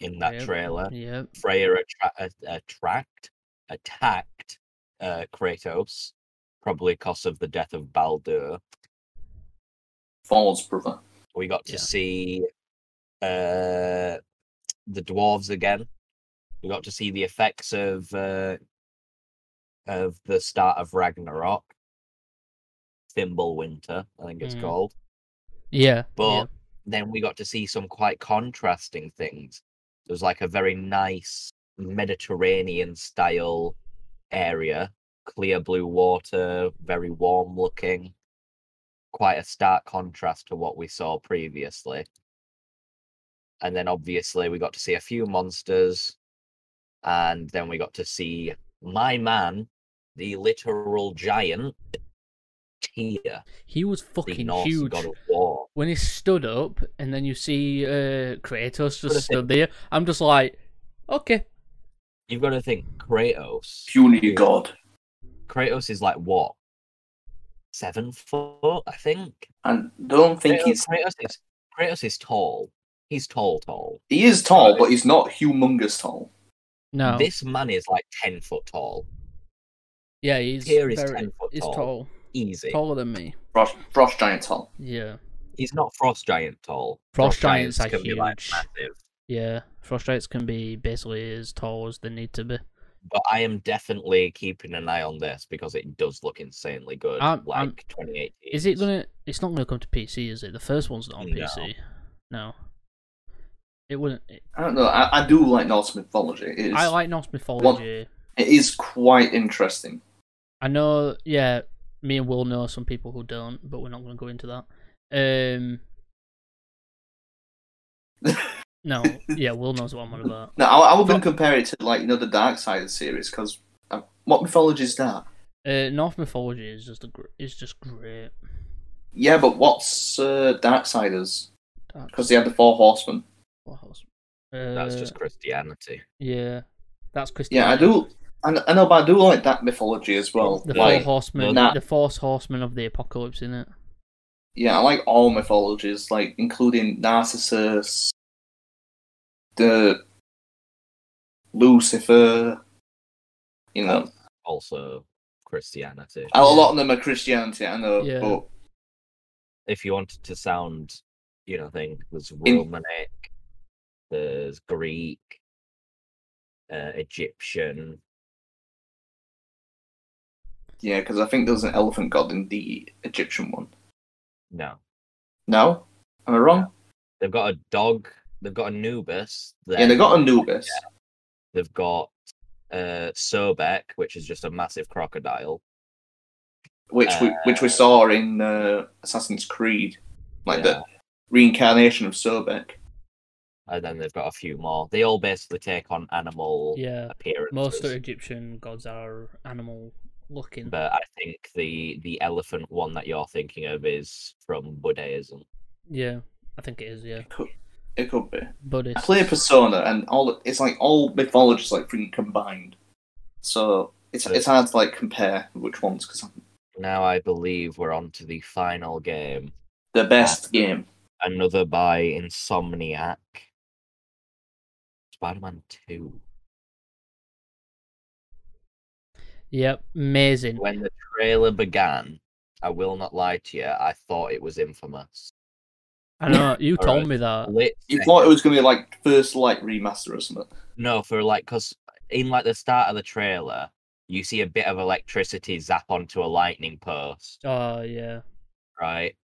C: in that
D: Yep.
C: trailer.
D: Yeah,
C: Freya attra- a- attract, attacked uh, Kratos, probably because of the death of Baldur.
E: Thor's brother.
C: We got to
D: Yeah.
C: see uh, the dwarves again. We got to see the effects of uh, of the start of Ragnarok, Thimblewinter, I think it's
D: Mm.
C: called.
D: yeah,
C: But
D: yeah.
C: then we got to see some quite contrasting things. There was like a very nice Mediterranean style area, clear blue water, very warm looking. Quite a stark contrast to what we saw previously. And then obviously we got to see a few monsters. And then we got to see my man, the literal giant, Tyr,
D: he was
C: the
D: fucking
C: Norse
D: huge.
C: god of war.
D: When he stood up, and then you see uh, Kratos
C: What a
D: just stood there. I'm just like, okay,
C: You've got to think Kratos.
E: Puny god.
C: Kratos is like what? Seven foot, I think.
E: And don't think
C: Kratos,
E: he's
C: Kratos is Kratos is tall. He's tall, tall.
E: he is tall, but he's not humongous tall.
D: no,
C: This man is like ten foot tall.
D: yeah, he's
C: Tyr is
D: very,
C: 10 foot
D: he's
C: tall.
D: tall,
C: Easy.
D: taller than me.
E: Frost, frost giant tall.
D: Yeah,
C: He's not frost giant tall.
D: Frost giants are
C: can be like
D: huge.
C: massive.
D: yeah. Frustrates can be basically as tall as they need to be.
C: But I am definitely keeping an eye on this because it does look insanely good.
D: I'm-
C: like
D: I'm-
C: 2018.
D: Is it gonna? It's not gonna come to PC, is it? The first one's not on
C: No.
D: PC. No. It wouldn't. It,
E: I don't know. I, I do like Norse mythology. It is,
D: I like Norse mythology.
E: it is quite interesting.
D: I know. Yeah, me and Will know some people who don't, but we're not gonna go into that.
E: *laughs*
D: Um. no. Yeah, Will knows what I'm on about.
E: No, I, I would not compare it to like you know the Dark Side series because what mythology is that?
D: Uh, Norse mythology is just a gr- is just great.
E: Yeah, but what's uh, Darksiders?
D: That's-
E: Because they had the Four Horsemen.
D: what else?
C: That's
D: Uh,
C: just Christianity.
D: yeah. That's Christian.
E: Yeah, I do. I, kn- I know, but I do like that mythology as well.
D: The four
E: like,
D: horsemen,
E: Nah.
D: the four horsemen of the apocalypse, in it.
E: yeah, I like all mythologies, like including Narcissus, the Lucifer. You know,
C: Also Christianity.
E: a lot of them are Christianity. I know,
D: Yeah.
E: but
C: if you wanted to sound, you know, thing there's
E: In-
C: Romanic, there's Greek, uh, Egyptian.
E: yeah, because I think there was an elephant god in the Egyptian one.
C: No,
E: No, am I wrong?
C: they've got a dog. They've got Anubis.
E: Yeah, they got
C: then
E: Anubis.
C: They've got uh, Sobek, which is just a massive crocodile.
E: which we which we saw in uh, Assassin's Creed, like the reincarnation of Sobek.
C: And then they've got a few more. They all basically take on animal
D: Yeah.
C: appearances.
D: Most Egyptian gods are animal looking.
C: but I think the the elephant one that you're thinking of is from Buddhism.
D: Yeah, I think it is. Yeah,
E: It could be. I
D: Buddhist.
E: play Persona, and all it's like all mythologies like freaking combined. So it's
C: Yeah.
E: it's hard to like compare which ones because
C: Now I believe we're on to the final game.
E: the best game.
C: another by Insomniac. Spider Man 2.
D: Yep, amazing.
C: When the trailer began, I will not lie to you, I thought it was infamous.
D: I know you
C: *laughs* All
D: told
C: right.
D: me that.
C: Lit
E: You
C: second-
E: thought it was gonna be like first light remaster or something.
C: No, for like, because in like the start of the trailer, you see a bit of electricity zap onto a lightning post.
D: Oh yeah,
C: right?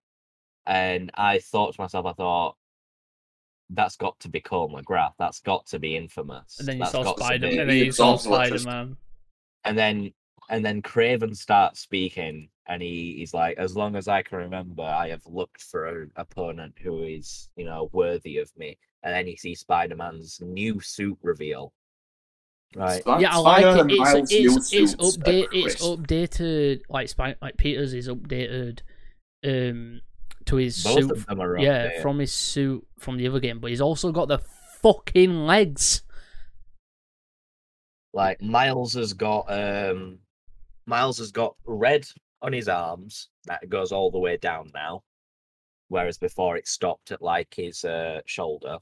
C: And I thought to myself, I thought, that's got to be Cole McGrath. That's got to be infamous.
D: and then you
C: That's
D: saw
C: got to
D: Spider,
C: be-
D: and then you
E: It's
D: saw
E: also like
D: Spider
E: just-
D: Man.
C: and then and then Craven starts speaking, and he, he's like, "As long as I can remember, I have looked for an opponent who is, you know, worthy of me." And then you see Spider Man's new suit reveal, Right.
E: Spi-
D: yeah, I
E: Spyro
D: like
E: and
D: it. It's
E: Miles' new
D: it's, it's
E: suits are
D: update it's
E: crisp.
D: updated like Spy, like Peters is updated um to his
C: Both
D: suit.
C: of them are
D: yeah,
C: updated.
D: from his suit from the other game, but he's also got the fucking legs.
C: Like Miles has got um Miles has got red on his arms that goes all the way down now. Whereas before it stopped at like his uh, shoulder.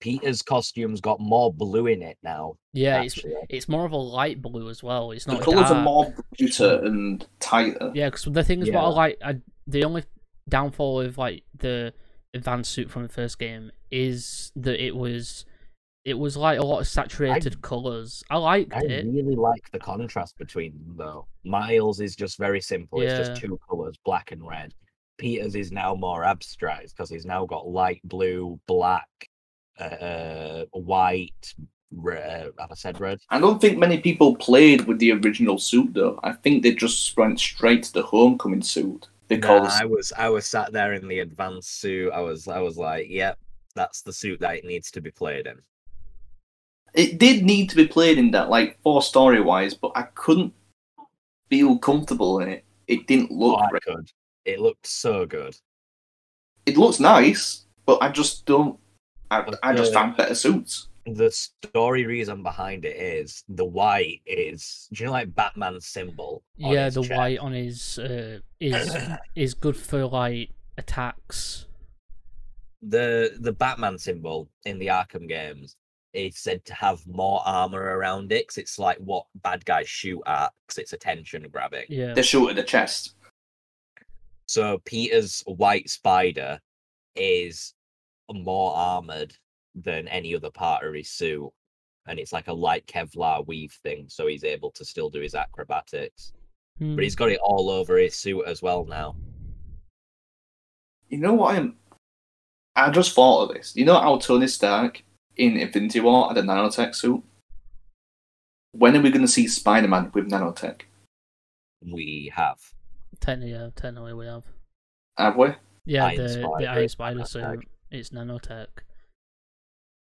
C: Peter's costume's got more blue in it now.
D: Yeah, it's
C: actually.
D: it's more of a light blue as well. It's
E: The
D: not
E: colours are
D: dark.
E: more brighter and tighter.
D: Yeah, because the thing is, what I
C: Yeah.
D: like, I, the only downfall of like the advanced suit from the first game is that it was, it was like a lot of saturated colors. I liked
C: I
D: it.
C: really like the contrast between them though. Miles is just very simple. It's just
D: Yeah.
C: two colours, black and red. Peter's is now more abstract because he's now got light blue, black, uh, uh, white. Re- uh, have I said red?
E: I don't think many people played with the original suit though. I think they just went straight to the homecoming suit
C: Nah,
E: because
C: I was I was sat there in the advanced suit. I was I was like, yep, that's the suit that it needs to be played in.
E: it did need to be played in that, like for story wise, but I couldn't feel comfortable in it. It didn't
C: Oh,
E: look.
C: I
E: right.
C: could. It looked so good.
E: It looks nice, but I just don't. I, I just
C: Uh,
E: found better suits.
C: the story reason behind it is the white is do you know like Batman's symbol? on
D: yeah,
C: his
D: the
C: chest?
D: white on his uh,
E: *clears throat*
D: is is good for like attacks.
C: The the Batman symbol in the Arkham games is said to have more armor around it 'cause it's like what bad guys shoot at because it's attention grabbing.
D: Yeah,
E: They shoot at the chest.
C: So Peter's white spider is more armored than any other part of his suit. And it's like a light Kevlar weave thing, so he's able to still do his acrobatics.
D: Hmm.
C: But he's got it all over his suit as well now.
E: You know what? I'm. I just thought of this. You know how Tony Stark in Infinity War had a nanotech suit. When are we going to see Spider-Man with nanotech?
C: We have
D: technically, yeah, technically we have.
E: Have we?
D: Yeah,
C: Iron
D: the the
C: Spider
D: Iron
C: is
D: Spider
C: nanotech.
D: suit. It's nanotech.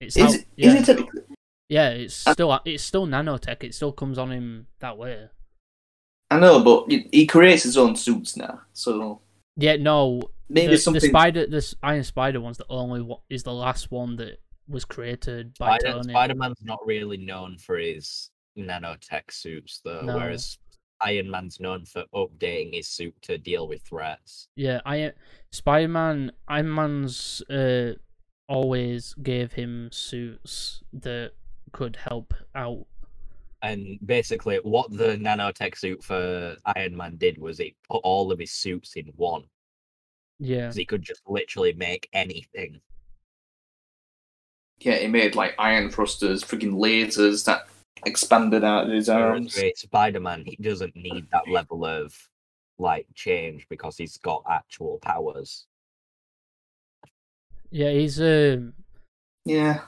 D: It's
E: Is,
D: how-
E: it,
D: yeah.
E: is it technically?
D: yeah, it's
E: Uh,
D: still it's still nanotech. It still comes on him that way.
E: I know, but he- he creates his own suits now, so
D: Yeah, no.
E: maybe
D: the, the
E: something.
D: spider, this Iron Spider one's the only one, is the last one that was created by
C: Spider-
D: Tony.
C: Spider-Man's not really known for his nanotech suits though,
D: No.
C: whereas Iron Man's known for updating his suit to deal with threats.
D: Yeah, I Spider Man, Iron Man's uh, always gave him suits that could help out.
C: And basically what the nanotech suit for Iron Man did was it put all of his suits in one.
D: Yeah,
C: because he could just literally make anything.
E: Yeah, he made like iron thrusters, freaking lasers that expanded out of his
C: Whereas
E: arms.
C: with Spider-Man, he doesn't need that level of like change because he's got actual powers.
D: yeah, he's um,
E: Yeah,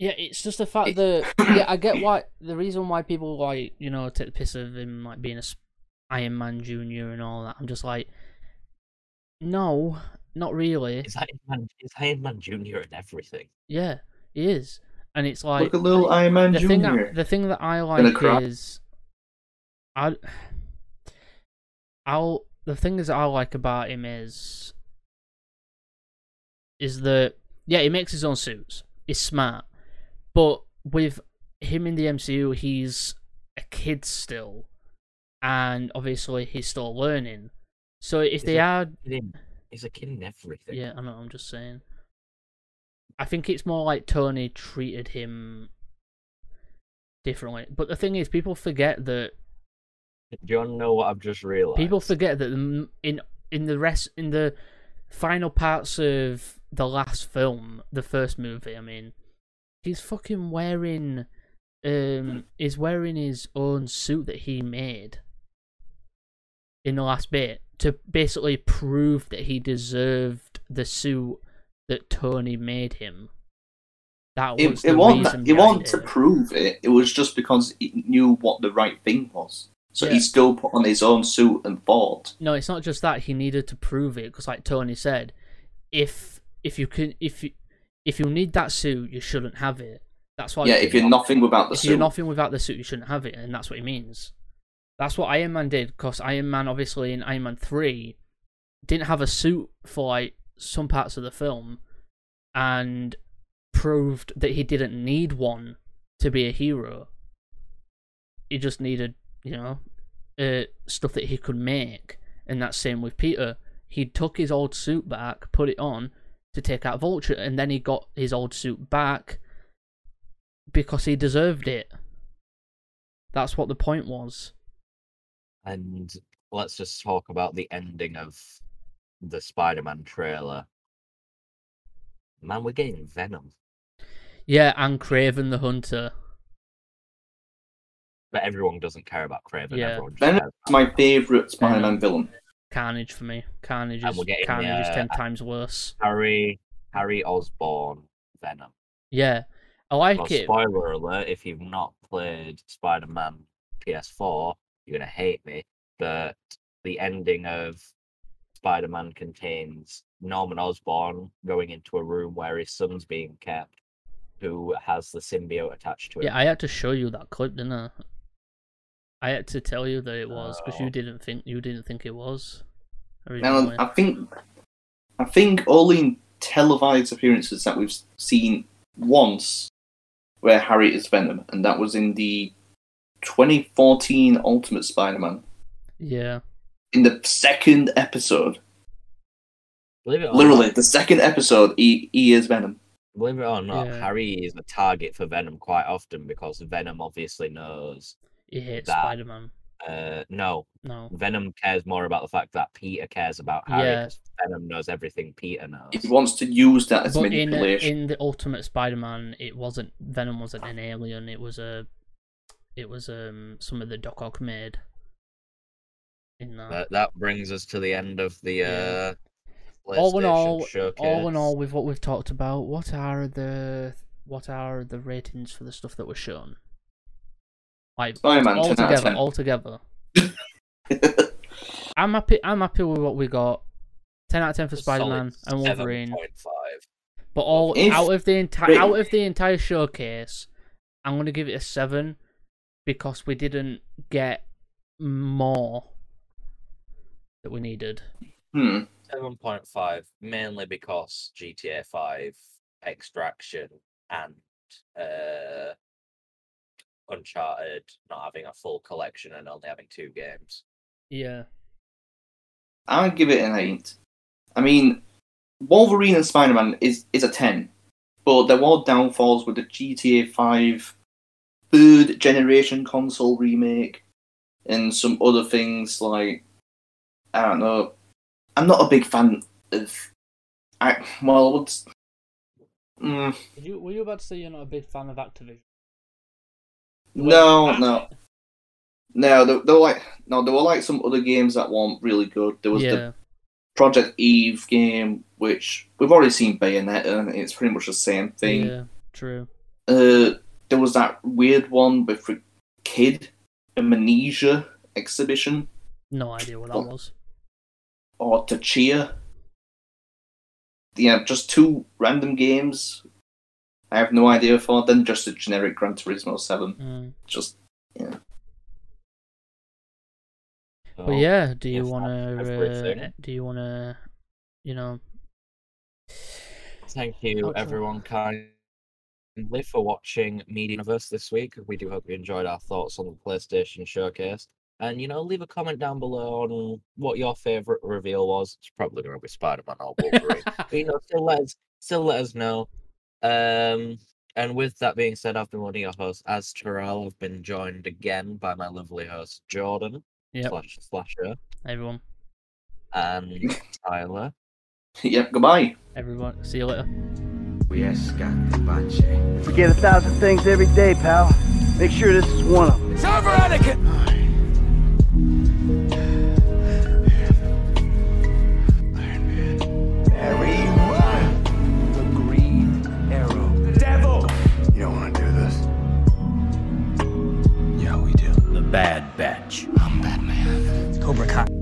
D: yeah. It's just the fact that yeah, I get why the reason why people like you know take the piss of him like being a s- Iron Man Junior and all that. I'm just like, no, not really.
C: Is Iron Man, is Iron Man Junior and everything?
D: Yeah, he is, and it's like
E: look at little Iron Man
D: the thing
E: Junior.
D: that the thing that I
E: Gonna
D: like
E: cry.
D: is, I, I'll the thing is that I like about him is, is that yeah he makes his own suits. He's smart, but with him in the MCU, he's a kid still, and obviously he's still learning. So if
C: Is
D: they
C: it-
D: add
C: He's in- He's a kid in everything.
D: yeah, I know. I'm just saying. I think it's more like Tony treated him differently. But the thing is, people forget that
C: Do you know what I've just realized?
D: people forget that the- in in the rest in the final parts of the last film, the first movie. I mean, he's fucking wearing
E: *clears throat*
D: um is wearing his own suit that he made in the last bit to basically prove that he deserved the suit that Tony made him. That was
E: It, it
D: the
E: wasn't.
D: reason
E: that- It wasn't
D: behind
E: to
D: it.
E: prove it. It was just because he knew what the right thing was. So
D: Yeah.
E: he still put on his own suit and fought.
D: No, it's not just that he needed to prove it because, like Tony said, if if you can if you if you need that suit, you shouldn't have it. That's why.
E: yeah, if you're nothing without the
D: if
E: suit,
D: you're nothing without the suit, you shouldn't have it, and that's what he means. That's what Iron Man did, because Iron Man, obviously, in Iron Man 3, didn't have a suit for like some parts of the film and proved that he didn't need one to be a hero. He just needed, you know, uh, stuff that he could make, and that's same with Peter. He took his old suit back, put it on to take out Vulture, and then he got his old suit back because he deserved it. That's what the point was.
C: And let's just talk about the ending of the Spider Man trailer. Man, we're getting Venom.
D: Yeah, and Craven the Hunter.
C: But everyone doesn't care about Craven.
D: Yeah.
C: Everyone just
E: Venom's
C: cares about-
E: my favourite Spider-Man villain.
D: Carnage for me. Carnage
C: And
D: is
C: we're getting,
D: Carnage is
C: uh,
D: ten times worse.
C: Harry, Harry Osborn, Venom.
D: Yeah, Oh, I like
C: Well,
D: it.
C: spoiler alert, if you've not played Spider Man PS4, you're going to hate me. But the ending of Spider Man contains Norman Osborn going into a room where his son's being kept, who has the symbiote attached to him.
D: Yeah, I had to show you that clip, didn't I? I had to tell you that it was because
C: Oh.
D: you didn't think you didn't think it was.
E: Now,
D: originally.
E: I think, I think only televised appearances that we've seen once, where Harry is Venom, and that was in the 2014 Ultimate Spider-Man.
D: Yeah,
E: In the second episode,
C: Believe it
D: Oh,
C: or
E: literally
C: not,
E: the second episode, he, he is Venom.
C: believe it or not
D: Yeah.
C: Harry is a target for Venom quite often because Venom obviously knows.
D: he hates
C: That-
D: Spider Man.
C: Uh, no,
D: No.
C: Venom cares more about the fact that Peter cares about Harry
D: Yeah.
C: 'cause Venom knows everything Peter knows.
E: He wants to use that as
D: But in, uh,
E: manipulation.
D: in the Ultimate Spider-Man, it wasn't Venom wasn't an alien. It was a, it was um some of the Doc Ock made. In that,
C: That that brings us to the end of the
D: Uh-huh. Yeah.
C: uh,
D: all in
C: PlayStation
D: all,
C: showcase.
D: all in all, with what we've talked about, what are the what are the ratings for the stuff that was shown? Like
E: Spider-Man, 10 out of
D: altogether,
E: 10.
D: altogether. I'm happy. I'm happy with what we got. Ten out of ten for
C: A solid
D: Spider-Man and Wolverine.
C: 7.5.
D: But all
E: If-
D: out of the entire
E: Wait.
D: out of the entire showcase, I'm gonna give it a seven because we didn't get more that we needed.
E: hmm.
C: Seven point five, mainly because GTA Five, Extraction, and uh, Uncharted not having a full collection and only having two games.
D: Yeah.
E: I give it an eight. I mean, Wolverine and Spider Man is is a ten, but there were downfalls with the GTA Five third generation console remake and some other things like I don't know. I'm not a big fan of. I well, what's, mm,
D: Did you were you about to say you're not a big fan of Activision?
E: no, no, no. There, there were like no, there were like some other games that weren't really good. There was the
D: yeah.
E: Project Eve game, which we've already seen Bayonetta, and it's pretty much the same thing.
D: Yeah. True.
E: Uh, there was that weird one with the kid amnesia exhibition
D: No idea what that
E: Well-
D: was.
E: or Tachia. Yeah, just two random games. I have no idea for. Then just a generic Gran Turismo Seven.
D: Mm.
E: Just *laughs*
C: So,
D: But yeah, do you
C: yes,
D: want
C: that's
D: to? Uh,
C: everything.
D: do you want to? You *laughs* know.
C: thank you
D: Excellent.
C: everyone kindly for watching Media Universe this week. We do hope you enjoyed our thoughts on the PlayStation Showcase. And you know, leave a comment down below on what your favorite reveal was. It's probably going to be Spider-Man or
D: *laughs*
C: Wolverine. but, you know, still let us still let us know. Um, and with that being said, I've been one of your hosts, as Terrell. I've been joined again by my lovely host Jordan
D: yep.
C: slash Slasher
D: Everyone.
C: and Tyler.
E: yep. Goodbye.
D: Everyone. See you later.
B: We escaped the budget.
A: Forget a thousand things every day, pal. Make sure this is one of them.
B: It's over, Anakin! There we were! The green arrow. The devil! You don't want to do this. Yeah, we do. The Bad Batch. I'm Batman. Cobra Kai.